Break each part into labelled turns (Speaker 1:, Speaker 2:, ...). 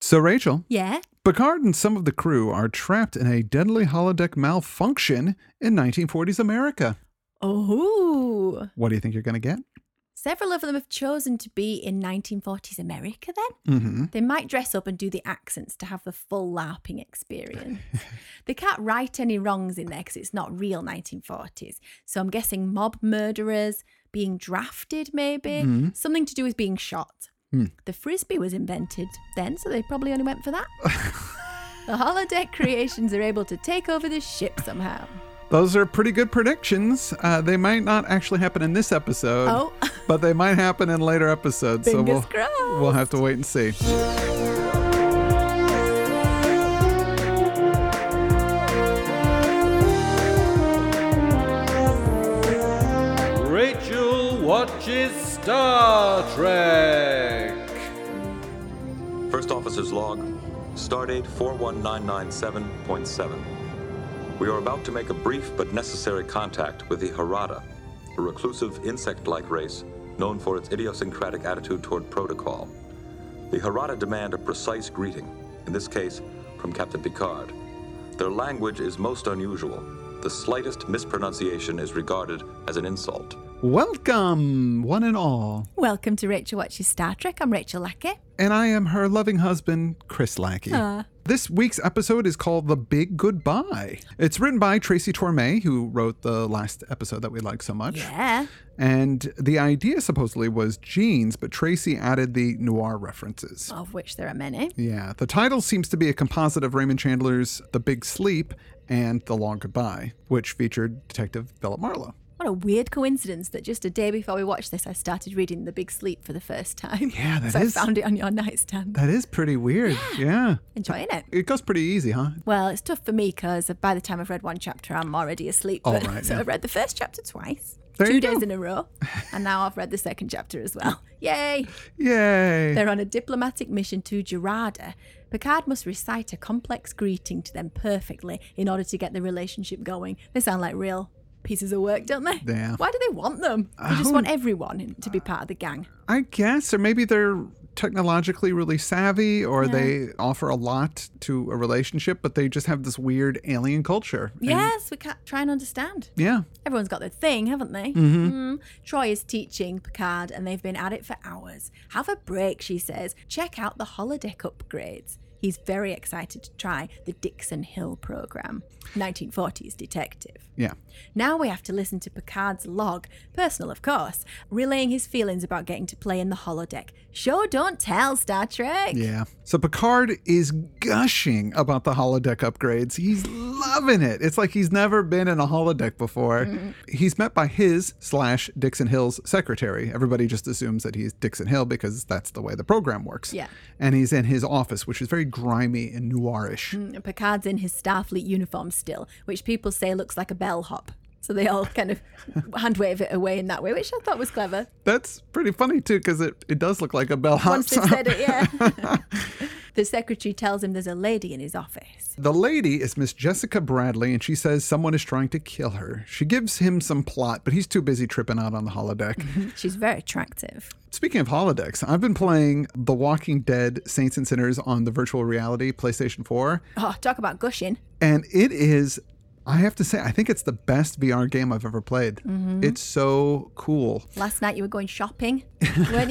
Speaker 1: So, Rachel,
Speaker 2: Yeah.
Speaker 1: Picard and some of the crew are trapped in a deadly holodeck malfunction in 1940s America.
Speaker 2: Oh.
Speaker 1: What do you think you're going to get?
Speaker 2: Several of them have chosen to be in 1940s America then.
Speaker 1: Mm-hmm.
Speaker 2: They might dress up and do the accents to have the full LARPing experience. they can't write any wrongs in there because it's not real 1940s. So I'm guessing mob murderers, being drafted maybe, something to do with being shot. The frisbee was invented then, so they probably only went for that. the holodeck creations are able to take over the ship somehow.
Speaker 1: Those are pretty good predictions. Uh, they might not actually happen in this episode,
Speaker 2: Oh.
Speaker 1: but they might happen in later episodes. so
Speaker 2: Fingers
Speaker 1: we'll,
Speaker 2: crossed.
Speaker 1: we'll have to wait and see.
Speaker 3: Rachel watches Star Trek.
Speaker 4: First Officer's Log, Stardate 41997.7. We are about to make a brief but necessary contact with the Harada, a reclusive insect like race known for its idiosyncratic attitude toward protocol. The Harada demand a precise greeting, in this case, from Captain Picard. Their language is most unusual. The slightest mispronunciation is regarded as an insult.
Speaker 1: Welcome, one and all.
Speaker 2: Welcome to Rachel Watches Star Trek. I'm Rachel Lackey.
Speaker 1: and I am her loving husband, Chris Lackey. This week's episode is called The Big Goodbye. It's written by Tracy Torme, who wrote the last episode that we liked so much.
Speaker 2: Yeah.
Speaker 1: And the idea supposedly was jeans, but Tracy added the noir references.
Speaker 2: Of which there are many.
Speaker 1: Yeah, the title seems to be a composite of Raymond Chandler's The Big Sleep and The Long Goodbye, which featured Detective Philip Marlowe.
Speaker 2: What a weird coincidence that just a day before we watched this, I started reading The Big Sleep for the first time.
Speaker 1: Yeah, that
Speaker 2: so
Speaker 1: is-
Speaker 2: I found it on your nightstand.
Speaker 1: That is pretty weird. Yeah.
Speaker 2: Enjoying it.
Speaker 1: It goes pretty easy, huh?
Speaker 2: Well, it's tough for me because by the time I've read one chapter, I'm already asleep.
Speaker 1: All
Speaker 2: But-
Speaker 1: right,
Speaker 2: so
Speaker 1: yeah.
Speaker 2: I've read the first chapter twice,
Speaker 1: There
Speaker 2: two
Speaker 1: you
Speaker 2: days
Speaker 1: go.
Speaker 2: in a row, and now I've read the second chapter as well. Yay!
Speaker 1: Yay.
Speaker 2: They're on a diplomatic mission to Gerada. Picard must recite a complex greeting to them perfectly in order to get the relationship going. They sound like real pieces of work, don't they?
Speaker 1: Yeah.
Speaker 2: Why do they want them? They just
Speaker 1: who-
Speaker 2: want everyone to be part of the gang.
Speaker 1: I guess, or maybe they're technologically really savvy or they offer a lot to a relationship, but they just have this weird alien culture. And-
Speaker 2: Yes, we can't try and understand.
Speaker 1: yeah.
Speaker 2: Everyone's got their thing, haven't they? Mm. Troy is teaching Picard, and they've been at it for hours. Have a break, she says. Check out the holodeck upgrades. He's very excited to try the Dixon Hill program, 1940s detective.
Speaker 1: Yeah.
Speaker 2: Now we have to listen to Picard's log, personal of course, relaying his feelings about getting to play in the holodeck. Show don't tell, Star Trek.
Speaker 1: Yeah. So Picard is gushing about the holodeck upgrades. He's loving it. It's like he's never been in a holodeck before. He's met by his slash Dixon Hill's secretary. Everybody just assumes that he's Dixon Hill because that's the way the program works.
Speaker 2: Yeah.
Speaker 1: And he's in his office, which is very grimy and noirish.
Speaker 2: And Mm, Picard's in his Starfleet uniform still, which people say looks like a bellhop. So they all kind of hand wave it away in that way, which I thought was clever.
Speaker 1: That's pretty funny too, because it, it does look like a bellhop.
Speaker 2: Once they've said it, yeah. the secretary tells him there's a lady in his office.
Speaker 1: The lady is Miss Jessica Bradley, and she says someone is trying to kill her. She gives him some plot, but he's too busy tripping out on the holodeck.
Speaker 2: She's very attractive.
Speaker 1: Speaking of holodecks, I've been playing The Walking Dead Saints and Sinners on the virtual reality PlayStation 4,
Speaker 2: Oh, talk about gushing.
Speaker 1: and it is. I have to say, I think it's the best VR game I've ever played. It's so cool.
Speaker 2: Last night you were going shopping, weren't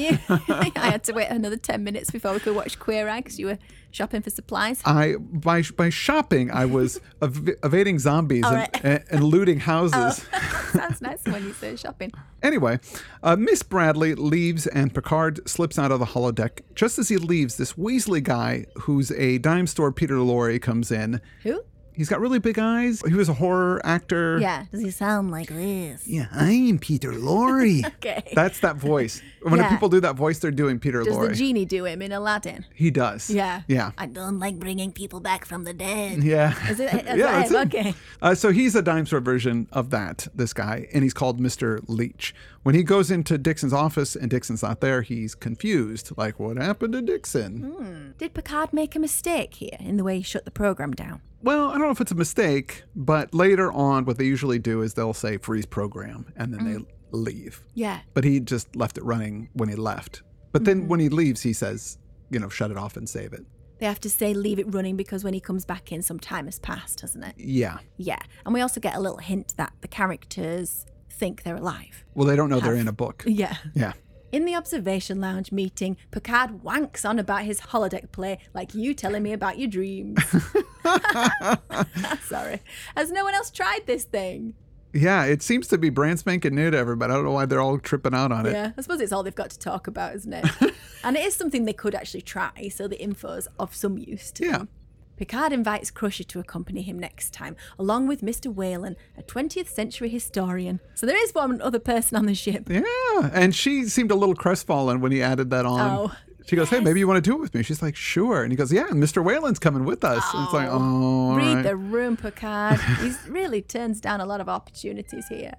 Speaker 2: you? I had to wait another 10 minutes before we could watch Queer Eye because you were shopping for supplies.
Speaker 1: I by by shopping, I was ev- evading zombies and,
Speaker 2: right.
Speaker 1: and, and looting houses.
Speaker 2: Sounds nice when you say shopping.
Speaker 1: Anyway, uh, Miss Bradley leaves and Picard slips out of the holodeck. Just as he leaves, this Weasley guy, who's a dime store Peter Lorre, comes in.
Speaker 2: Who?
Speaker 1: He's got really big eyes. He was a horror actor.
Speaker 2: Yeah. Does he sound like this?
Speaker 1: Yeah, I'm Peter Lorre.
Speaker 2: Okay.
Speaker 1: That's that voice. When
Speaker 2: Yeah.
Speaker 1: people do that voice, they're doing Peter
Speaker 2: Does
Speaker 1: Lorre.
Speaker 2: the genie do him in Aladdin?
Speaker 1: he does.
Speaker 2: Yeah.
Speaker 1: Yeah.
Speaker 2: I don't like bringing people back from the dead.
Speaker 1: Yeah.
Speaker 2: Is it? Is
Speaker 1: Yeah, that's
Speaker 2: it?
Speaker 1: him.
Speaker 2: Okay.
Speaker 1: Uh, so he's a dime store version of that, this guy, and he's called Mr. Leach. When he goes into Dixon's office and Dixon's not there, he's confused. Like, what happened to Dixon?
Speaker 2: Did Picard make a mistake here in the way he shut the program down?
Speaker 1: Well, I don't know if it's a mistake, but later on, what they usually do is they'll say freeze program and then they leave.
Speaker 2: Yeah.
Speaker 1: But he just left it running when he left. But then when he leaves, he says, you know, shut it off and save it.
Speaker 2: They have to say leave it running because when he comes back in, some time has passed, hasn't it?
Speaker 1: Yeah.
Speaker 2: Yeah. And we also get a little hint that the characters think they're alive.
Speaker 1: Well, they don't know they're in a book.
Speaker 2: Yeah.
Speaker 1: Yeah.
Speaker 2: In the observation lounge meeting, Picard wanks on about his holodeck play, like you telling me about your dreams. Sorry. Has no one else tried this thing?
Speaker 1: Yeah. It seems to be brand spanking new to everybody. I don't know why they're all tripping out on it.
Speaker 2: Yeah, I suppose it's all they've got to talk about, isn't it? and it is something they could actually try, so the info's of some use to
Speaker 1: Yeah.
Speaker 2: them. Picard invites Crusher to accompany him next time, along with Mr. Whalen, a 20th century historian. So there is one other person on the ship.
Speaker 1: Yeah. And she seemed a little crestfallen when he added that on.
Speaker 2: Oh,
Speaker 1: she goes, Hey, maybe you want to do it with me? She's like, Sure. And he goes, Yeah, Mr. Whalen's coming with us. and it's like, Oh, all
Speaker 2: Read
Speaker 1: right."
Speaker 2: the room, Picard. he really turns down a lot of opportunities here.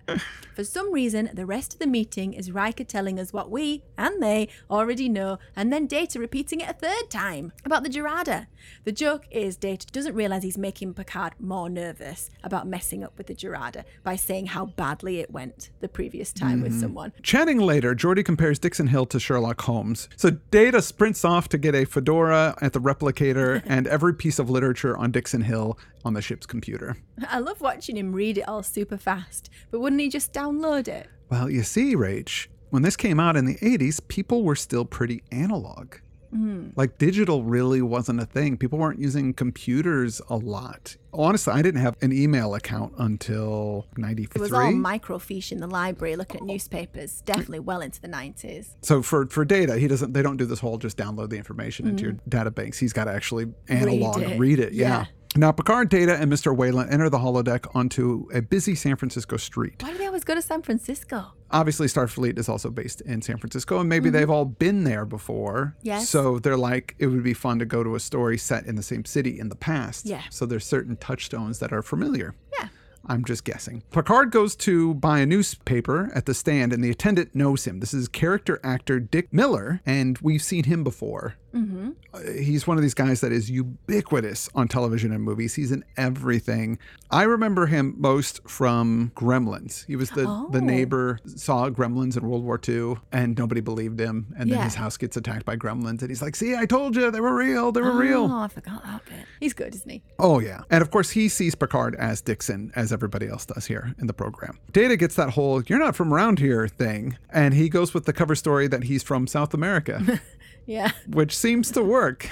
Speaker 2: For some reason, the rest of the meeting is Riker telling us what we and they already know, and then Data repeating it a third time about the Gerada. The joke is Data doesn't realize he's making Picard more nervous about messing up with the Gerada by saying how badly it went the previous time
Speaker 1: Mm-hmm.
Speaker 2: with someone.
Speaker 1: Chatting later, Geordi compares Dixon Hill to Sherlock Holmes. So Data sprints off to get a fedora at the replicator and every piece of literature on Dixon Hill on the ship's computer.
Speaker 2: I love watching him read it all super fast, but wouldn't he just download it?
Speaker 1: Well, you see, Rach, when this came out in the 80s, people were still pretty analog.
Speaker 2: Hmm.
Speaker 1: Like digital really wasn't a thing. People weren't using computers a lot. Honestly, I didn't have an email account until 93.
Speaker 2: It was all microfiche in the library looking at newspapers, definitely well into the 90s.
Speaker 1: so for for data, he doesn't they don't do this whole just download the information into your data banks. He's got to actually analog Mm. read
Speaker 2: it.
Speaker 1: it.
Speaker 2: Yeah.
Speaker 1: yeah. Now Picard, Data, and Mr. Whalen enter the holodeck onto a busy San Francisco street.
Speaker 2: Why do they always go to San Francisco?
Speaker 1: obviously Starfleet is also based in San Francisco, and maybe they've all been there before.
Speaker 2: Mm-hmm. Yes.
Speaker 1: So they're like, it would be fun to go to a story set in the same city in the past.
Speaker 2: Yeah.
Speaker 1: So there's certain touchstones that are familiar.
Speaker 2: Yeah.
Speaker 1: I'm just guessing. Picard goes to buy a newspaper at the stand, and the attendant knows him. This is character actor Dick Miller, and we've seen him before. Mm-hmm. He's one of these guys that is ubiquitous on television and movies. He's in everything. I remember him most from Gremlins. He was the, the
Speaker 2: Oh.
Speaker 1: neighbor saw Gremlins in World War II, and nobody believed him. And then
Speaker 2: Yeah.
Speaker 1: his house gets attacked by Gremlins, and he's like, "See, I told you, they were real. They were real."
Speaker 2: Oh, I forgot that bit. He's good, isn't he?
Speaker 1: Oh, yeah. And of course, he sees Picard as Dixon, as everybody else does here in the program. Data gets that whole, you're not from around here thing. And he goes with the cover story that he's from South America,
Speaker 2: Yeah.
Speaker 1: which seems to work.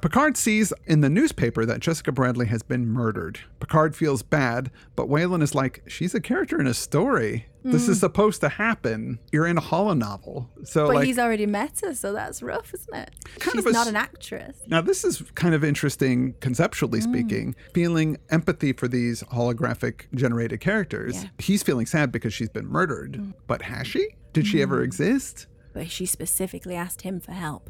Speaker 1: Picard sees in the newspaper that Jessica Bradley has been murdered. Picard feels bad, but Whalen is like, she's a character in a story. This is supposed to happen. You're in a hollow novel. So,
Speaker 2: Mm. But
Speaker 1: like,
Speaker 2: he's already met her, so that's rough, isn't it?
Speaker 1: Kind of
Speaker 2: She's
Speaker 1: a
Speaker 2: not
Speaker 1: s-
Speaker 2: an actress.
Speaker 1: Now, this is kind of interesting
Speaker 2: Mm.
Speaker 1: conceptually speaking, feeling empathy for these holographic generated characters.
Speaker 2: Yeah. Mm.
Speaker 1: He's feeling sad because she's been murdered, but has she? Did she ever exist?
Speaker 2: But she specifically asked him for help.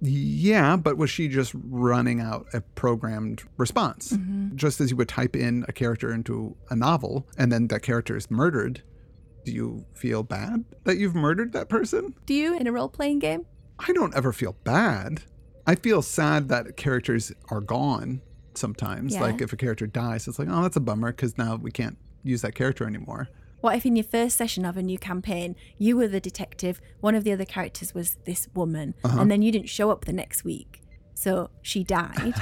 Speaker 1: Yeah, but was she just running out a programmed response? Just as you would type in a character into a novel and then that character is murdered, do you feel bad that you've murdered that person?
Speaker 2: Do you in a role playing game?
Speaker 1: I don't ever feel bad. I feel sad that characters are gone sometimes.
Speaker 2: Yeah.
Speaker 1: Like if a character dies, it's like, oh, that's a bummer because now we can't use that character anymore.
Speaker 2: What if in your first session of a new campaign, you were the detective, one of the other characters was this woman,
Speaker 1: Uh-huh.
Speaker 2: and then you didn't show up the next week? So she died.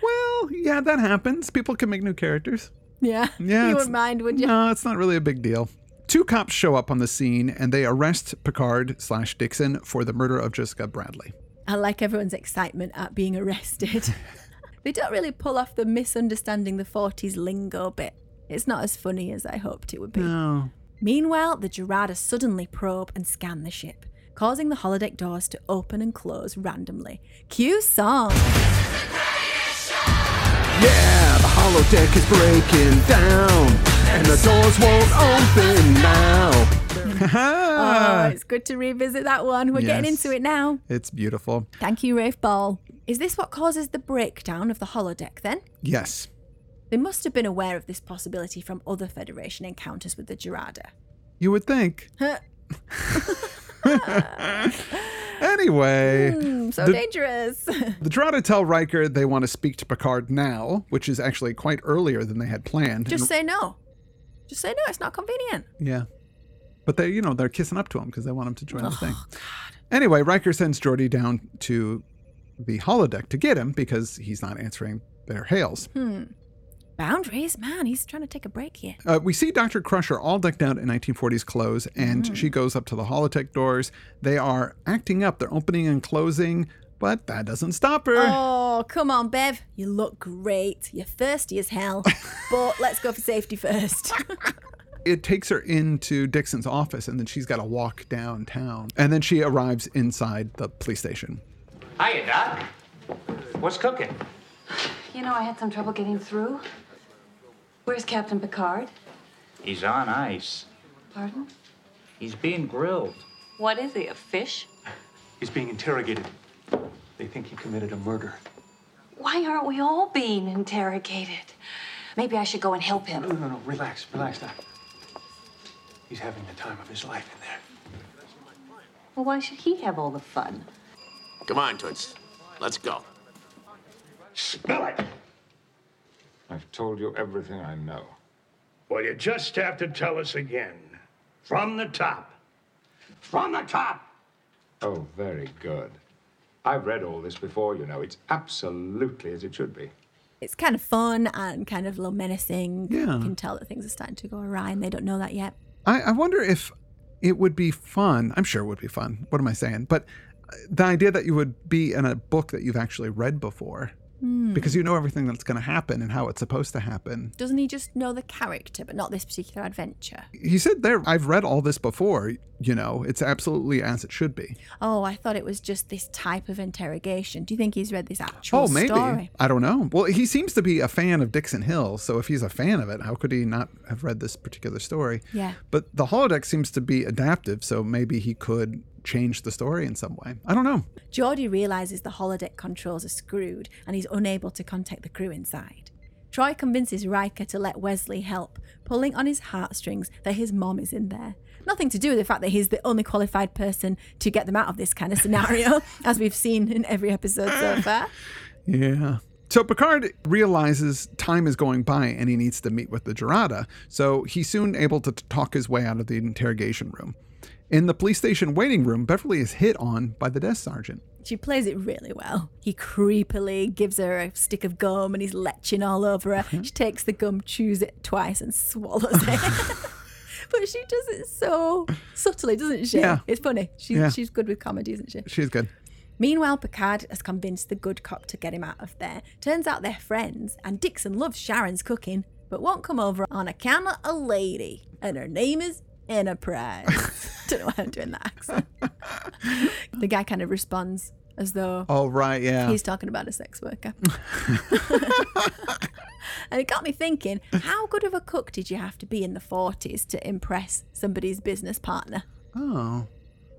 Speaker 1: Well, yeah, that happens. People can make new characters.
Speaker 2: yeah.
Speaker 1: Yeah,
Speaker 2: You
Speaker 1: it's-
Speaker 2: wouldn't mind, would you?
Speaker 1: No, it's not really a big deal. Two cops show up on the scene and they arrest Picard slash Dixon for the murder of Jessica Bradley.
Speaker 2: I like everyone's excitement at being arrested. they don't really pull off the misunderstanding the 40s lingo bit. It's not as funny as I hoped it would be.
Speaker 1: No.
Speaker 2: Meanwhile, the Gerada suddenly probe and scan the ship, causing the holodeck doors to open and close randomly. Cue song!
Speaker 5: Yeah, the hollow deck is breaking down, and the doors won't open now.
Speaker 2: Oh, it's good to revisit that one. We're getting
Speaker 1: Ah. Yes.
Speaker 2: into it now.
Speaker 1: It's beautiful.
Speaker 2: Thank you, Rafe Ball. Is this what causes the breakdown of the holodeck then?
Speaker 1: Yes.
Speaker 2: They must have been aware of this possibility from other Federation encounters with the Gerada.
Speaker 1: You would think. anyway.
Speaker 2: Hmm, so
Speaker 1: The-
Speaker 2: dangerous.
Speaker 1: The Gerada tell Riker they want to speak to Picard now, which is actually quite earlier than they had planned.
Speaker 2: Just say no. Just say no. It's not convenient.
Speaker 1: yeah. But they, you know, they're kissing up to him because they want him to join the thing. Anyway, Riker sends Geordi down to the holodeck to get him because he's not answering their hails.
Speaker 2: Boundaries, man. He's trying to take a break here.
Speaker 1: Uh, we see Dr. Crusher all decked out in 1940s clothes, and she goes up to the holodeck doors. They are acting up, they're opening and closing, but that doesn't stop her.
Speaker 2: Oh, come on, Bev. You look great. You're thirsty as hell. but let's go for safety first.
Speaker 1: it takes her into Dixon's office, and then she's got to walk downtown. And then she arrives inside the police station.
Speaker 6: Hiya, Doc. What's cooking?
Speaker 7: You know, I had some trouble getting through. Where's Captain Picard?
Speaker 6: He's on ice.
Speaker 7: Pardon?
Speaker 6: He's being grilled.
Speaker 7: What is he, a fish?
Speaker 8: He's being interrogated. They think he committed a murder.
Speaker 7: Why aren't we all being interrogated? Maybe I should go and help him.
Speaker 8: No, no, no. Relax, relax, Doc. He's having the time of his life in there.
Speaker 7: Well, why should he have all the fun?
Speaker 9: Come on, Toots. Let's go.
Speaker 6: Smell it!
Speaker 10: I've told you everything I know.
Speaker 6: Well, you just have to tell us again. From the top. From the top!
Speaker 10: Oh, very good. I've read all this before, you know. It's absolutely as it should be.
Speaker 2: it's kind of fun and kind of a little menacing.
Speaker 1: Yeah.
Speaker 2: You can tell that things are starting to go awry and they don't know that yet.
Speaker 1: I, I wonder if it would be fun. I'm sure it would be fun. What am I saying? But uh, the idea that you would be in a book that you've actually read before,
Speaker 2: Hmm.
Speaker 1: because you know everything that's going to happen and how it's supposed to happen.
Speaker 2: Doesn't he just know the character, but not this particular adventure?
Speaker 1: He said there, I've read all this before. You know, it's absolutely as it should be.
Speaker 2: Oh, I thought it was just this type of interrogation. Do you think he's read this actual
Speaker 1: Oh, maybe.
Speaker 2: story?
Speaker 1: I don't know. Well, he seems to be a fan of Dixon Hill, so if he's a fan of it, how could he not have read this particular story?
Speaker 2: Yeah.
Speaker 1: But the holodeck seems to be adaptive, so maybe he could change the story in some way. I don't know.
Speaker 2: Geordie realizes the holodeck controls are screwed and he's unable to contact the crew inside. Troy convinces Riker to let Wesley help, pulling on his heartstrings that his mom is in there. Nothing to do with the fact that he's the only qualified person to get them out of this kind of scenario, as we've seen in every episode so far.
Speaker 1: Yeah. So Picard realizes time is going by and he needs to meet with the Gerada, so he's soon able to t- talk his way out of the interrogation room. In the police station waiting room, Beverly is hit on by the desk sergeant.
Speaker 2: She plays it really well. He creepily gives her a stick of gum and he's leching all over
Speaker 1: Uh-huh.
Speaker 2: her. She takes the gum, chews it twice, and swallows it. but she does it so subtly, doesn't she?
Speaker 1: Yeah.
Speaker 2: It's funny. She's,
Speaker 1: Yeah.
Speaker 2: she's good with comedy, isn't she?
Speaker 1: She's good.
Speaker 2: Meanwhile, Picard has convinced the good cop to get him out of there. Turns out they're friends, and Dixon loves Sharon's cooking, but won't come over on account of a lady, and her name is Enterprise. Don't know why I'm doing that accent. the guy kind of responds as though
Speaker 1: Oh, right, yeah.
Speaker 2: He's talking about a sex worker. and it got me thinking how good of a cook did you have to be in the 40s to impress somebody's business partner?
Speaker 1: oh.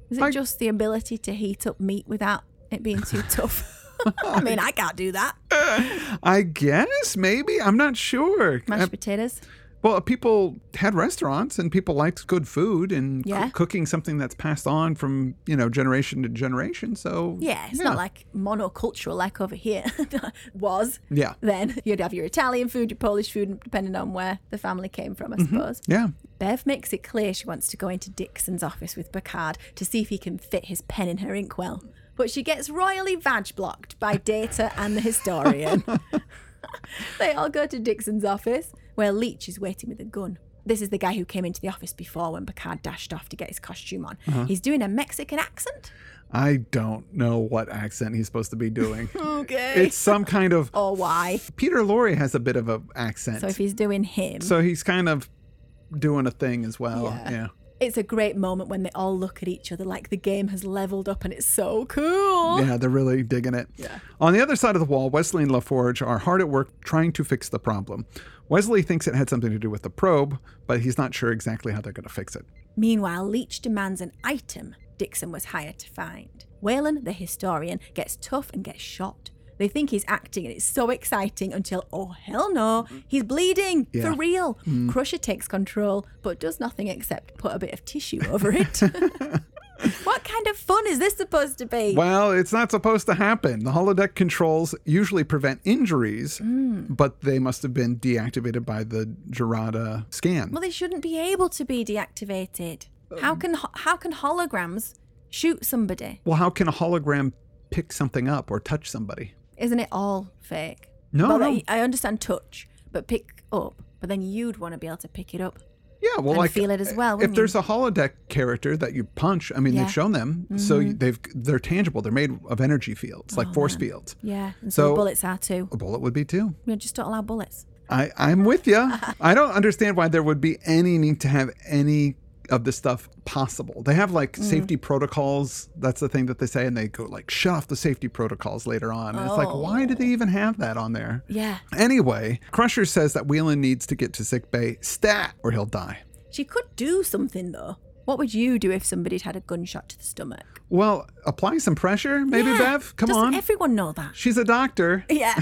Speaker 2: Is it just the ability to heat up meat without it being too tough? I mean, I can't do that.
Speaker 1: I guess, maybe. I'm not sure.
Speaker 2: Mashed
Speaker 1: Uh,
Speaker 2: potatoes.
Speaker 1: well, people had restaurants and people liked good food and coo-
Speaker 2: Yeah.
Speaker 1: cooking something that's passed on from, you know, generation to generation. So,
Speaker 2: Yeah, it's not like monocultural like over here was.
Speaker 1: Yeah.
Speaker 2: Then you'd have your Italian food, your Polish food, depending on where the family came from, I suppose.
Speaker 1: Yeah.
Speaker 2: Bev makes it clear she wants to go into Dixon's office with Picard to see if he can fit his pen in her inkwell, but she gets royally vag blocked by Data and the historian. they all go to Dixon's office, where Leach is waiting with a gun. This is the guy who came into the office before when Picard dashed off to get his costume on.
Speaker 1: Uh-huh.
Speaker 2: He's doing a Mexican accent.
Speaker 1: I don't know what accent he's supposed to be doing.
Speaker 2: Okay.
Speaker 1: it's some kind of
Speaker 2: or why.
Speaker 1: Peter Lorre has a bit of an accent.
Speaker 2: Oh. So if he's doing him,
Speaker 1: So he's kind of doing a thing as well. Yeah.
Speaker 2: Yeah. it's a great moment when they all look at each other like the game has leveled up and it's so cool.
Speaker 1: Yeah, they're really digging it. Yeah. On the other side of the wall, Wesley and LaForge are hard at work trying to fix the problem. Wesley thinks it had something to do with the probe, but he's not sure exactly how they're going to fix it.
Speaker 2: Meanwhile, Leach demands an item Dixon was hired to find. Whalen, the historian, gets tough and gets shot. They think he's acting and it's so exciting until, oh hell no, he's bleeding
Speaker 1: Yeah. Hmm.
Speaker 2: for real. Crusher takes control but does nothing except put a bit of tissue over it. what kind of fun is this supposed to be?
Speaker 1: Well, it's not supposed to happen. The holodeck controls usually prevent injuries,
Speaker 2: Mm.
Speaker 1: but they must have been deactivated by the Gerada scan.
Speaker 2: Well, they shouldn't be able to be
Speaker 1: Um.
Speaker 2: deactivated. How can ho- how can holograms shoot somebody?
Speaker 1: Well, how can a hologram pick something up or touch somebody.
Speaker 2: Isn't it all fake?
Speaker 1: No,
Speaker 2: Well,
Speaker 1: no.
Speaker 2: I, I understand touch, but pick up. But then you'd want to be able to pick it up.
Speaker 1: Yeah, well,
Speaker 2: And
Speaker 1: like
Speaker 2: feel it as well,
Speaker 1: If
Speaker 2: wouldn't
Speaker 1: there's a holodeck character that you punch, I mean,
Speaker 2: Yeah. Mm-hmm.
Speaker 1: they've shown them, so they've they're tangible. They're made of energy fields, like force fields.
Speaker 2: Oh, Yeah. And so,
Speaker 1: So-
Speaker 2: bullets are too.
Speaker 1: A bullet would be too.
Speaker 2: We just don't allow bullets.
Speaker 1: I I'm with you. I don't understand why there would be any need to have any of this stuff possible. They have
Speaker 2: Mm.
Speaker 1: like safety protocols. That's the thing that they say, and they go like shut off the safety protocols later on. And it's like, why do they even have that on there?
Speaker 2: Oh. Yeah.
Speaker 1: Anyway, Crusher says that Whelan needs to get to sick bay stat, or he'll die.
Speaker 2: She could do something though. What would you do if somebody'd had a gunshot to the stomach?
Speaker 1: Well, apply some pressure, maybe,
Speaker 2: Yeah.
Speaker 1: Bev. Come
Speaker 2: Doesn't
Speaker 1: on.
Speaker 2: everyone know that?
Speaker 1: She's a doctor.
Speaker 2: Yeah.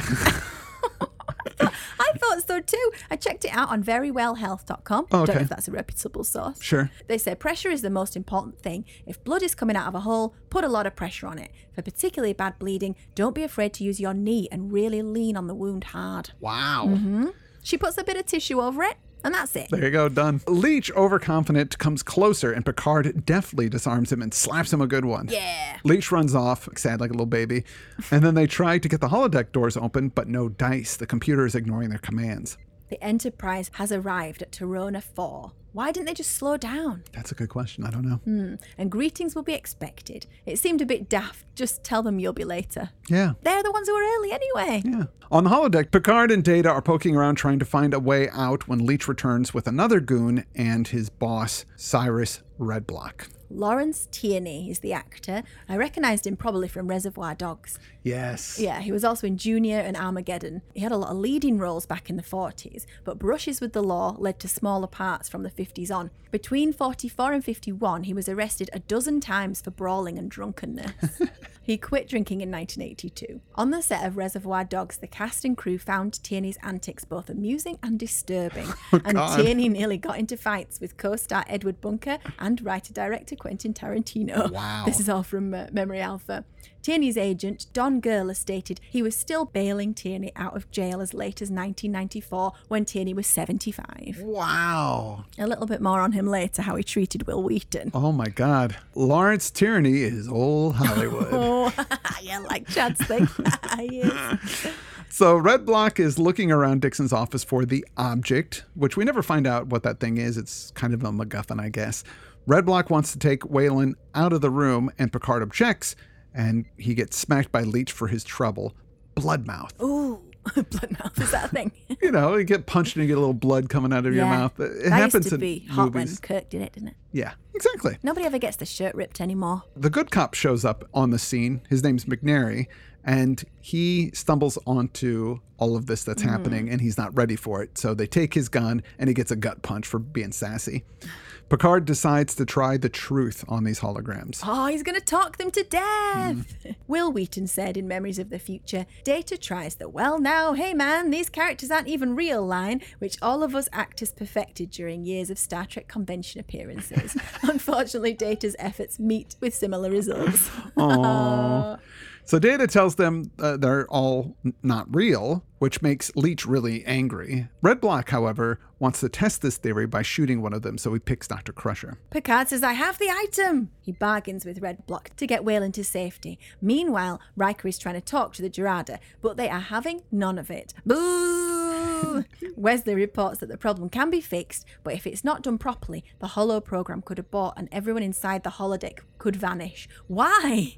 Speaker 2: I thought so too. I checked it out on verywellhealth.com.
Speaker 1: Oh,
Speaker 2: Don't know
Speaker 1: okay.
Speaker 2: if that's a reputable source.
Speaker 1: Sure.
Speaker 2: They say pressure is the most important thing. If blood is coming out of a hole, put a lot of pressure on it. For particularly bad bleeding, don't be afraid to use your knee and really lean on the wound hard. Mm-hmm.
Speaker 1: Wow.
Speaker 2: She puts a bit of tissue over it, and that's it.
Speaker 1: There you go, done. Leech, overconfident, comes closer, and Picard deftly disarms him and slaps him a good one.
Speaker 2: Yeah.
Speaker 1: Leech runs off, sad like a little baby. And then they try to get the holodeck doors open, but no dice. The computer is ignoring their commands.
Speaker 2: The Enterprise has arrived at Torona 4. Why didn't they just slow down?
Speaker 1: That's a good question. I don't know.
Speaker 2: Hmm. And greetings will be expected. It seemed a bit daft. Just tell them you'll be later.
Speaker 1: Yeah.
Speaker 2: They're the ones who are early anyway.
Speaker 1: Yeah. On the holodeck, Picard and Data are poking around trying to find a way out when Leech returns with another goon and his boss, Cyrus Redblock.
Speaker 2: Lawrence Tierney is the actor. I recognised him probably from Reservoir Dogs.
Speaker 1: Yes.
Speaker 2: Yeah, he was also in Junior and Armageddon. He had a lot of leading roles back in the 40s, but brushes with the law led to smaller parts from the 50s on. Between 44 and 51, he was arrested a dozen times for brawling and drunkenness. he quit drinking in 1982. On the set of Reservoir Dogs, the cast and crew found Tierney's antics both amusing and disturbing, and
Speaker 1: Oh, God.
Speaker 2: Tierney nearly got into fights with co-star Edward Bunker and writer-director Quentin Tarantino.
Speaker 1: Wow.
Speaker 2: This is all from uh, Memory Alpha. Tierney's agent, Don Gurler, stated he was still bailing Tierney out of jail as late as 1994 when Tierney was 75.
Speaker 1: Wow.
Speaker 2: A little bit more on him later, how he treated Will Wheaton.
Speaker 1: Oh my God. Lawrence Tierney is old Hollywood.
Speaker 2: Oh, yeah, like Chad's thing. He is.
Speaker 1: so Red Block is looking around Dixon's office for the object, which we never find out what that thing is. It's kind of a MacGuffin, I guess. Red Block wants to take Waylon out of the room, and Picard objects, and he gets smacked by Leech for his trouble. Bloodmouth.
Speaker 2: Ooh, bloodmouth is that a thing?
Speaker 1: You know, you get punched and you get a little blood coming out of your mouth. It
Speaker 2: that
Speaker 1: happens
Speaker 2: used to
Speaker 1: in
Speaker 2: be hot when
Speaker 1: movies.
Speaker 2: Kirk did it, didn't it?
Speaker 1: Yeah, exactly.
Speaker 2: Nobody ever gets the shirt ripped anymore.
Speaker 1: the good cop shows up on the scene. His name's McNary, and he stumbles onto all of this that's happening, and he's not ready for it. So they take his gun, and he gets a gut punch for being sassy. Picard decides to try the truth on these holograms.
Speaker 2: Oh, he's going to talk them to death.
Speaker 1: Hmm.
Speaker 2: Will Wheaton said in Memories of the Future Data tries the well now, hey man, these characters aren't even real line, which all of us actors perfected during years of Star Trek convention appearances. Unfortunately, Data's efforts meet with similar results.
Speaker 1: Aw. so Data tells them uh, they're all n- not real, which makes Leech really angry. Red Block, however, wants to test this theory by shooting one of them, so he picks Dr. Crusher.
Speaker 2: Picard says, I have the item. He bargains with Red Block to get Whalen to safety. Meanwhile, Riker is trying to talk to the Gerada, but they are having none of it. Boo! Wesley reports that the problem can be fixed, but if it's not done properly, the holo program could abort and everyone inside the holodeck could vanish. Why?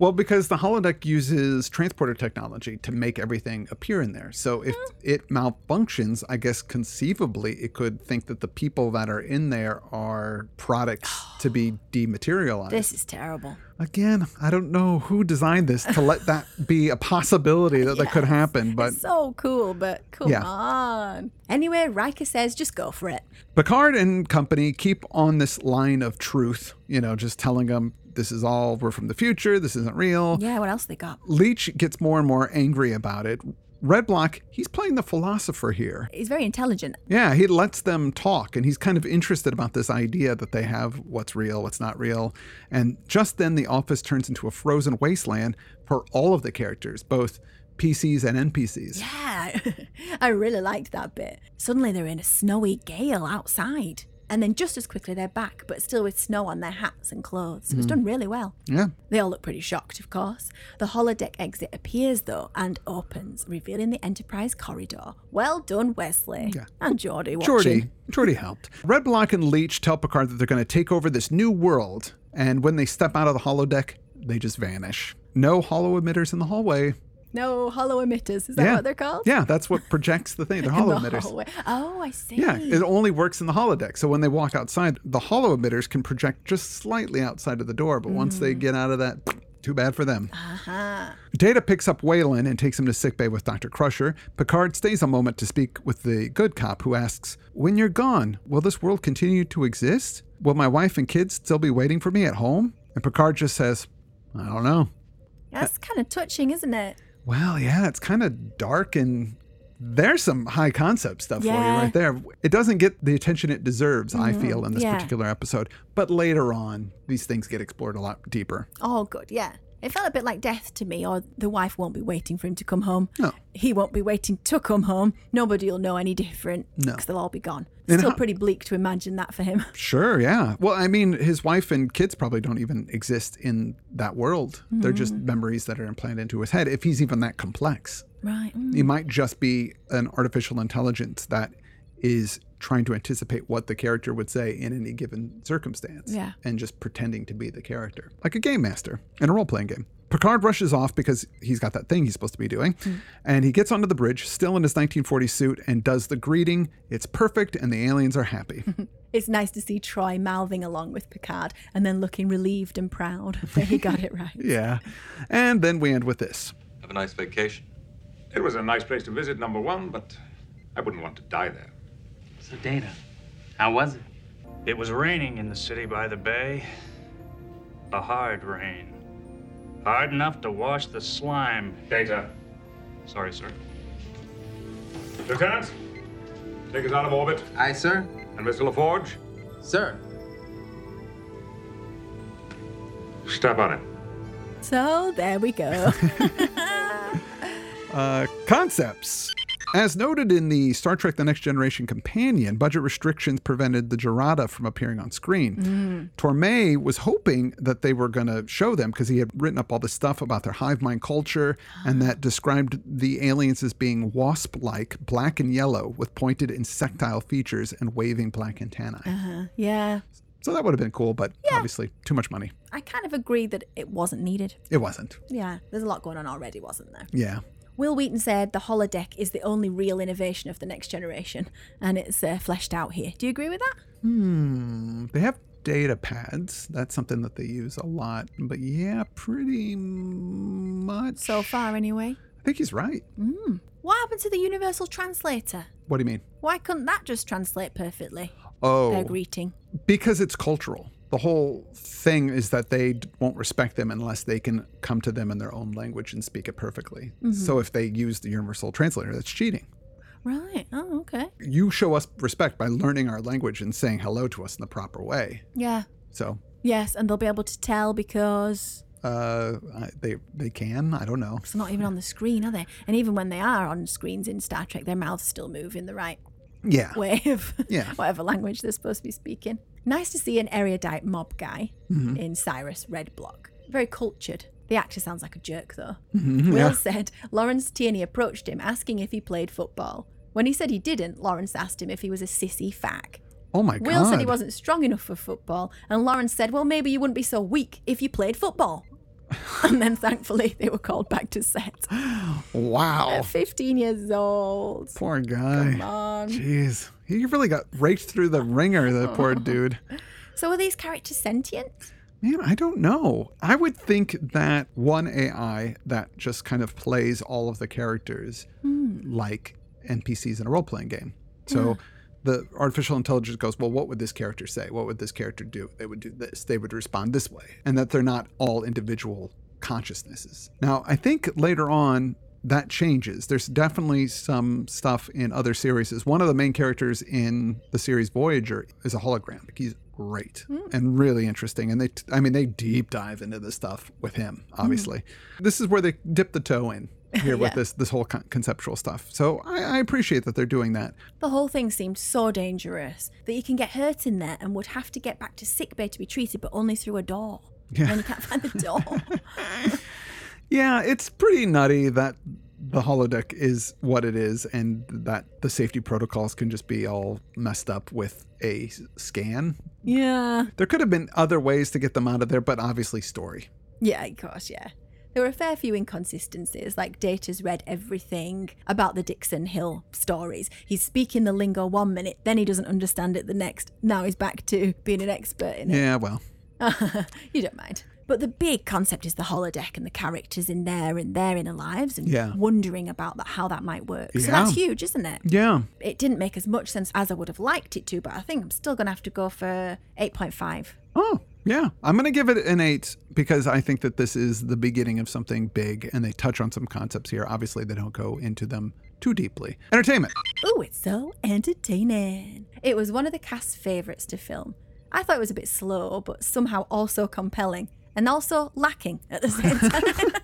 Speaker 1: Well, because the holodeck uses transporter technology to make everything appear in there. So if
Speaker 2: Hmm.
Speaker 1: it malfunctions, I guess conceivably it could think that the people that are in there are products to be dematerialized.
Speaker 2: This is terrible.
Speaker 1: Again, I don't know who designed this to let that be a possibility that that could happen, but
Speaker 2: So cool, but come
Speaker 1: Yeah.
Speaker 2: on. Anyway, Riker says, just go for it.
Speaker 1: Picard and company keep on this line of truth, you know, just telling them this is all we're from the future, this isn't real.
Speaker 2: Yeah, what else they got?
Speaker 1: Leech gets more and more angry about it. Red Block, he's playing the philosopher here.
Speaker 2: He's very intelligent.
Speaker 1: Yeah, he lets them talk and he's kind of interested about this idea that they have what's real, what's not real. And just then, the office turns into a frozen wasteland for all of the characters, both PCs and NPCs.
Speaker 2: Yeah, I really liked that bit. Suddenly they're in a snowy gale outside. And then just as quickly they're back, but still with snow on their hats and clothes. It was done really well.
Speaker 1: Hmm. Yeah.
Speaker 2: They all look pretty shocked, of course. The holodeck exit appears, though, and opens, revealing the Enterprise corridor. Well done, Wesley.
Speaker 1: Yeah.
Speaker 2: And Geordie watching.
Speaker 1: Jordy, Jordy helped. Red Block and Leech tell Picard that they're going to take over this new world, and when they step out of the holodeck, they just vanish. No hollow emitters in the hallway.
Speaker 2: No hollow emitters. Is that what they're called?
Speaker 1: Yeah, that's what projects the thing. They're hollow
Speaker 2: The
Speaker 1: emitters.
Speaker 2: hallway. Oh, I see.
Speaker 1: Yeah, it only works in the holodeck. So when they walk outside, the hollow emitters can project just slightly outside of the door, but once they get out of that, too bad for them. Data picks up Whalen and takes him to sickbay with Dr. Crusher. Picard stays a moment to speak with the good cop who asks, When you're gone, will this world continue to exist? Will my wife and kids still be waiting for me at home? And Picard just says, I don't know.
Speaker 2: That's kind of touching, isn't it?
Speaker 1: Well, yeah, it's kind of dark and there's some high concept stuff for
Speaker 2: Yeah. Mm-hmm.
Speaker 1: you right there. It doesn't get the attention it deserves, I feel, in this
Speaker 2: yeah.
Speaker 1: particular episode. But later on, these things get explored a lot deeper.
Speaker 2: Oh, good. Yeah. It felt a bit like death to me, or the wife won't be waiting for him to come home.
Speaker 1: No.
Speaker 2: He won't be waiting to come home. Nobody will know any different.
Speaker 1: No.
Speaker 2: Because they'll all be gone.
Speaker 1: And
Speaker 2: Still
Speaker 1: how-
Speaker 2: pretty bleak to imagine that for him.
Speaker 1: Sure, yeah. Well, I mean, his wife and kids probably don't even exist in that world. They're just
Speaker 2: Mm-hmm.
Speaker 1: memories that are implanted into his head, if he's even that complex.
Speaker 2: Right. mm.
Speaker 1: He might just be an artificial intelligence that is trying to anticipate what the character would say in any given circumstance
Speaker 2: Yeah.
Speaker 1: and just pretending to be the character, like a game master in a role playing game. Picard rushes off because he's got that thing he's supposed to be doing, and he gets onto the bridge, still in his 1940 suit, and does the greeting. It's perfect, and the aliens are happy.
Speaker 2: It's nice to see Troy mouthing along with Picard and then looking relieved and proud that he got it right.
Speaker 1: yeah. And then we end with this.
Speaker 4: Have a nice vacation.
Speaker 10: It was a nice place to visit, number one, but I wouldn't want to die there.
Speaker 11: So, Data, how was it?
Speaker 12: It was raining in the city by the bay. A hard rain. Hard enough to wash the slime.
Speaker 10: Data.
Speaker 12: Sorry, sir.
Speaker 10: Lieutenant, take us out of orbit.
Speaker 11: Aye, sir.
Speaker 10: And Mr. LaForge?
Speaker 11: Sir.
Speaker 10: Step on it.
Speaker 2: So there we go.
Speaker 1: Uh, concepts. As noted in the Star Trek The Next Generation companion, budget restrictions prevented the Gerada from appearing on screen. Torme was hoping that they were going to show them because he had written up all this stuff about their hive mind culture and that described the aliens as being wasp like, black and yellow, with pointed insectile features and waving black antennae.
Speaker 2: yeah.
Speaker 1: So that would have been cool, but obviously too much money.
Speaker 2: I kind of agree that it wasn't needed.
Speaker 1: It wasn't.
Speaker 2: Yeah. There's a lot going on already, wasn't there?
Speaker 1: Yeah.
Speaker 2: Will Wheaton said the holodeck is the only real innovation of the next generation, and it's uh, fleshed out here. Do you agree with that?
Speaker 1: Hmm. They have data pads. That's something that they use a lot. But yeah, pretty much.
Speaker 2: So far, anyway.
Speaker 1: I think he's right.
Speaker 2: What happened to the universal translator?
Speaker 1: What do you mean?
Speaker 2: Why couldn't that just translate perfectly? Their
Speaker 1: Oh,
Speaker 2: greeting.
Speaker 1: because it's cultural. The whole thing is that they d- won't respect them unless they can come to them in their own language and speak it perfectly.
Speaker 2: Mm-hmm.
Speaker 1: So if they use the universal translator, that's cheating.
Speaker 2: Right. Oh, okay.
Speaker 1: You show us respect by learning our language and saying hello to us in the proper way.
Speaker 2: Yeah.
Speaker 1: So
Speaker 2: Yes, and they'll be able to tell because
Speaker 1: uh, I- they they can. I don't know.
Speaker 2: it's not even on the screen, are they? And even when they are on screens in Star Trek, their mouths still move in the right
Speaker 1: Yeah.
Speaker 2: way of
Speaker 1: Yeah.
Speaker 2: whatever language they're supposed to be speaking. Nice to see an erudite mob guy
Speaker 1: Mm-hmm.
Speaker 2: in Cyrus Red Block. Very cultured. The actor sounds like a jerk, though. Will
Speaker 1: Mm-hmm. yeah.
Speaker 2: said Lawrence Tierney approached him asking if he played football. When he said he didn't, Lawrence asked him if he was a sissy fac.
Speaker 1: Oh my god.
Speaker 2: Will said he wasn't strong enough for football, and Lawrence said, Well, maybe you wouldn't be so weak if you played football. and then thankfully, they were called back to set.
Speaker 1: Wow.
Speaker 2: At 15 years old.
Speaker 1: Poor guy.
Speaker 2: Come on.
Speaker 1: Jeez. He really got raked through the ringer, the poor dude.
Speaker 2: So, are these characters sentient?
Speaker 1: Man, I don't know. I would think that one AI that just kind of plays all of the characters
Speaker 2: Hmm.
Speaker 1: like NPCs in a role playing game. So the artificial intelligence goes, well, what would this character say? What would this character do? They would do this. They would respond this way. And that they're not all individual consciousnesses. Now, I think later on, that changes. There's definitely some stuff in other series. One of the main characters in the series Voyager is a hologram. He's great and really interesting. And they, t- I mean, they deep dive into this stuff with him, obviously. This is where they dip the toe in here with
Speaker 2: Yeah.
Speaker 1: this this whole con- conceptual stuff. So I, I appreciate that they're doing that.
Speaker 2: The whole thing seemed so dangerous that you can get hurt in there and would have to get back to sickbay to be treated, but only through a door.
Speaker 1: Yeah.
Speaker 2: And you can't find the door.
Speaker 1: Yeah, it's pretty nutty that the holodeck is what it is and that the safety protocols can just be all messed up with a s- scan.
Speaker 2: yeah.
Speaker 1: There could have been other ways to get them out of there, but obviously story.
Speaker 2: Yeah, of course, yeah. There were a fair few inconsistencies, like Data's read everything about the Dixon Hill stories. He's speaking the lingo one minute, then he doesn't understand it the next. Now he's back to being an expert in it.
Speaker 1: Yeah, well,
Speaker 2: you don't mind. But the big concept is the holodeck and the characters in there and their inner lives and
Speaker 1: Yeah.
Speaker 2: wondering about that, how that might work. So
Speaker 1: Yeah.
Speaker 2: that's huge, isn't it?
Speaker 1: yeah.
Speaker 2: It didn't make as much sense as I would have liked it to, but I think I'm still going to have to go for 8.5.
Speaker 1: Oh, yeah. I'm going to give it an eight because I think that this is the beginning of something big and they touch on some concepts here. Obviously, they don't go into them too deeply. Entertainment.
Speaker 2: Oh, it's so entertaining. It was one of the cast's favourites to film. I thought it was a bit slow, but somehow also compelling and also lacking at the same time.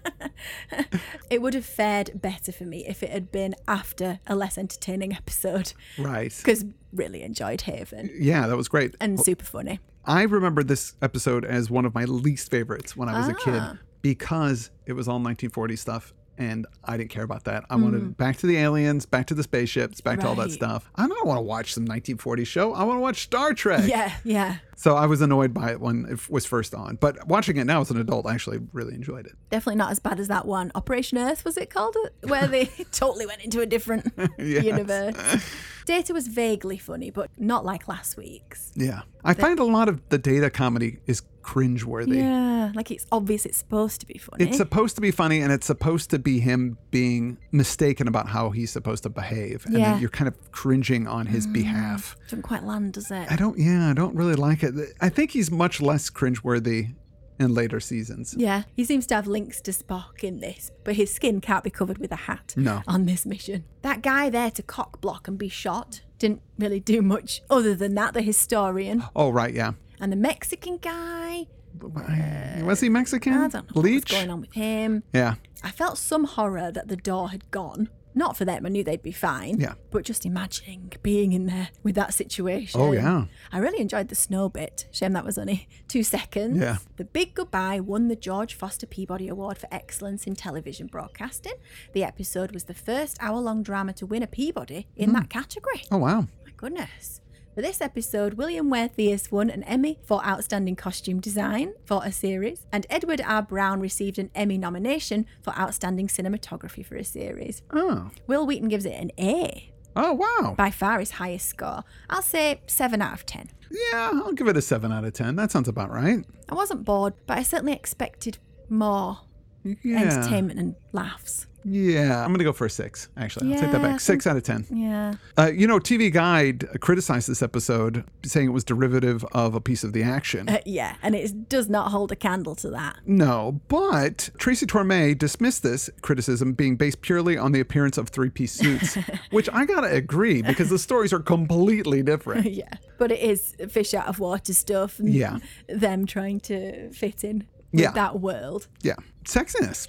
Speaker 2: it would have fared better for me if it had been after a less entertaining episode
Speaker 1: Right.
Speaker 2: because really enjoyed Haven
Speaker 1: Yeah, that was great.
Speaker 2: and super funny.
Speaker 1: I remember this episode as one of my least favorites when I was a
Speaker 2: Ah.
Speaker 1: kid because it was all 1940s stuff and I didn't care about that. I wanted back to the aliens, back to the spaceships, back to all that
Speaker 2: Mm. Right.
Speaker 1: stuff. I don't want to watch some 1940s show. I want to watch Star Trek.
Speaker 2: Yeah, yeah,
Speaker 1: So I was annoyed by it when it f- was first on, but watching it now as an adult, I actually really enjoyed it.
Speaker 2: definitely not as bad as that one. Operation Earth was it called? Where they totally went into a different
Speaker 1: Yes.
Speaker 2: universe. Data was vaguely funny, but not like last week's.
Speaker 1: Yeah. I find a lot of the data comedy is cringeworthy.
Speaker 2: Yeah, like it's obvious it's supposed to be funny.
Speaker 1: It's supposed to be funny and it's supposed to be him being mistaken about how he's supposed to behave. And
Speaker 2: Yeah. Mm.
Speaker 1: then you're kind of cringing on his behalf.
Speaker 2: doesn't quite land, does it?
Speaker 1: I don't, yeah, I don't really like it. I think he's much less cringeworthy in later seasons.
Speaker 2: Yeah, he seems to have links to Spock in this, but his skin can't be covered with a hat
Speaker 1: No.
Speaker 2: on this mission. That guy there to cock block and be shot didn't really do much other than that, the historian.
Speaker 1: Oh, right, yeah.
Speaker 2: And the Mexican guy,
Speaker 1: Was he Mexican?
Speaker 2: Uh, I don't know
Speaker 1: Leech?
Speaker 2: what's going on with him.
Speaker 1: Yeah.
Speaker 2: I felt some horror that the door had gone. Not for them, I knew they'd be fine.
Speaker 1: Yeah.
Speaker 2: But just imagining being in there with that situation.
Speaker 1: Oh, yeah.
Speaker 2: I really enjoyed the snow bit. Shame that was only two seconds.
Speaker 1: Yeah.
Speaker 2: The Big Goodbye won the George Foster Peabody Award for Excellence in Television Broadcasting. The episode was the first hour long drama to win a Peabody in that category.
Speaker 1: Oh, wow.
Speaker 2: My goodness. For this episode, William Ware Theus won an Emmy for Outstanding Costume Design for a series, and Edward R. Brown received an Emmy nomination for Outstanding Cinematography for a series.
Speaker 1: Oh.
Speaker 2: Will Wheaton gives it an A,
Speaker 1: Oh, wow.
Speaker 2: by far his highest score. I'll say 7 out of 10.
Speaker 1: Yeah, I'll give it a 7 out of 10. That sounds about right.
Speaker 2: I wasn't bored, but I certainly expected more
Speaker 1: Yeah.
Speaker 2: entertainment and laughs.
Speaker 1: Yeah. I'm going to go for a 6, actually. I'll take that
Speaker 2: Yeah,
Speaker 1: back. 6 out of 10.
Speaker 2: Yeah.
Speaker 1: Uh, you know, TV Guide criticized this episode, saying it was derivative of a piece of the action.
Speaker 2: Uh, yeah, and it does not hold a candle to that.
Speaker 1: No, but Tracy Torme dismissed this criticism being based purely on the appearance of three piece suits, which I gotta agree because the stories are completely different.
Speaker 2: yeah. But it is fish out of water stuff. And
Speaker 1: Yeah.
Speaker 2: Them trying to fit in with
Speaker 1: Yeah.
Speaker 2: that world.
Speaker 1: Yeah. Sexiness.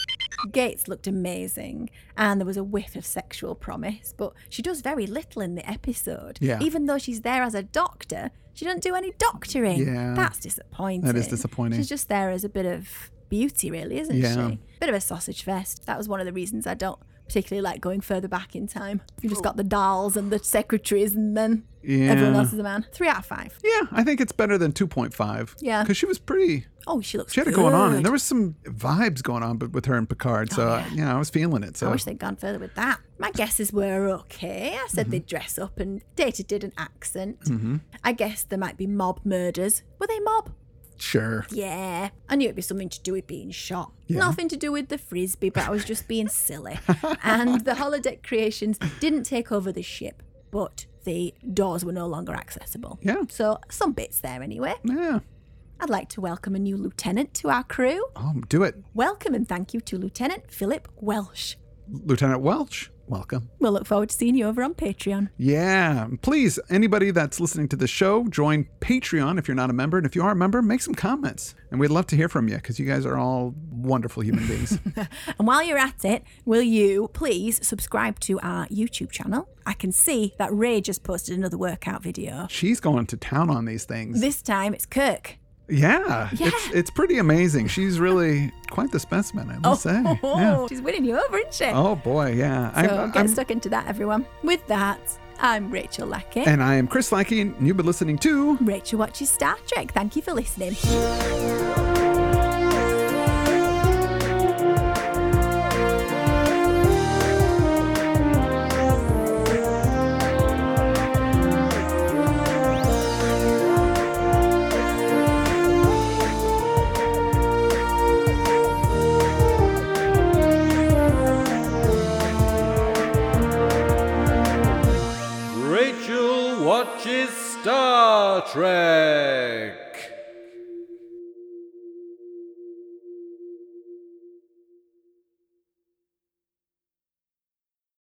Speaker 2: Gates looked amazing and there was a whiff of sexual promise, but she does very little in the episode.
Speaker 1: Yeah.
Speaker 2: Even though she's there as a doctor, she doesn't do any doctoring.
Speaker 1: Yeah.
Speaker 2: That's disappointing.
Speaker 1: That is disappointing.
Speaker 2: She's just there as a bit of beauty, really, isn't
Speaker 1: Yeah.
Speaker 2: she? Bit of a sausage fest. That was one of the reasons I don't particularly like going further back in time. You just got the dolls and the secretaries and then everyone
Speaker 1: Yeah.
Speaker 2: else is a man. Three out of five.
Speaker 1: Yeah, I think it's better than 2.5.
Speaker 2: Yeah.
Speaker 1: Because she was pretty,
Speaker 2: Oh, she looks
Speaker 1: she had it going on,
Speaker 2: good. Oh,
Speaker 1: and there was some vibes going on b- with her and Picard. So, yeah. you know, I was feeling it. So,
Speaker 2: I wish they'd gone further with that. My guesses were okay. I
Speaker 1: Mm-hmm.
Speaker 2: said they'd dress up and Data did an accent. I guess there might be mob murders. Were they mob?
Speaker 1: sure.
Speaker 2: Yeah. I knew it'd be something to do with being shot.
Speaker 1: Yeah.
Speaker 2: Nothing to do with the frisbee, but I was just being silly. and the holodeck creations didn't take over the ship, but the doors were no longer accessible.
Speaker 1: Yeah.
Speaker 2: So some bits there anyway.
Speaker 1: Yeah.
Speaker 2: I'd like to welcome a new lieutenant to our crew.
Speaker 1: Oh, do it.
Speaker 2: Welcome and thank you to Lieutenant Philip Welsh.
Speaker 1: Lieutenant Welch. Welcome.
Speaker 2: We'll look forward to seeing you over on Patreon.
Speaker 1: Yeah. Please, anybody that's listening to the show, join Patreon if you're not a member. And if you are a member, make some comments. And we'd love to hear from you because you guys are all wonderful human beings.
Speaker 2: And while you're at it, will you please subscribe to our YouTube channel? I can see that Ray just posted another workout video.
Speaker 1: She's going to town on these things.
Speaker 2: This time it's Kirk.
Speaker 1: yeah. It's, it's pretty amazing. She's really quite the specimen, I must say. Yeah.
Speaker 2: she's winning you over, isn't she?
Speaker 1: Oh, boy. Yeah.
Speaker 2: Oh. so get stuck into that, everyone. With that, I'm Rachel Lackey.
Speaker 1: and I am Chris Lackey, and you've been listening to.
Speaker 2: Rachel watches Star Trek. Thank you for listening.
Speaker 3: Rachel watches Star Trek.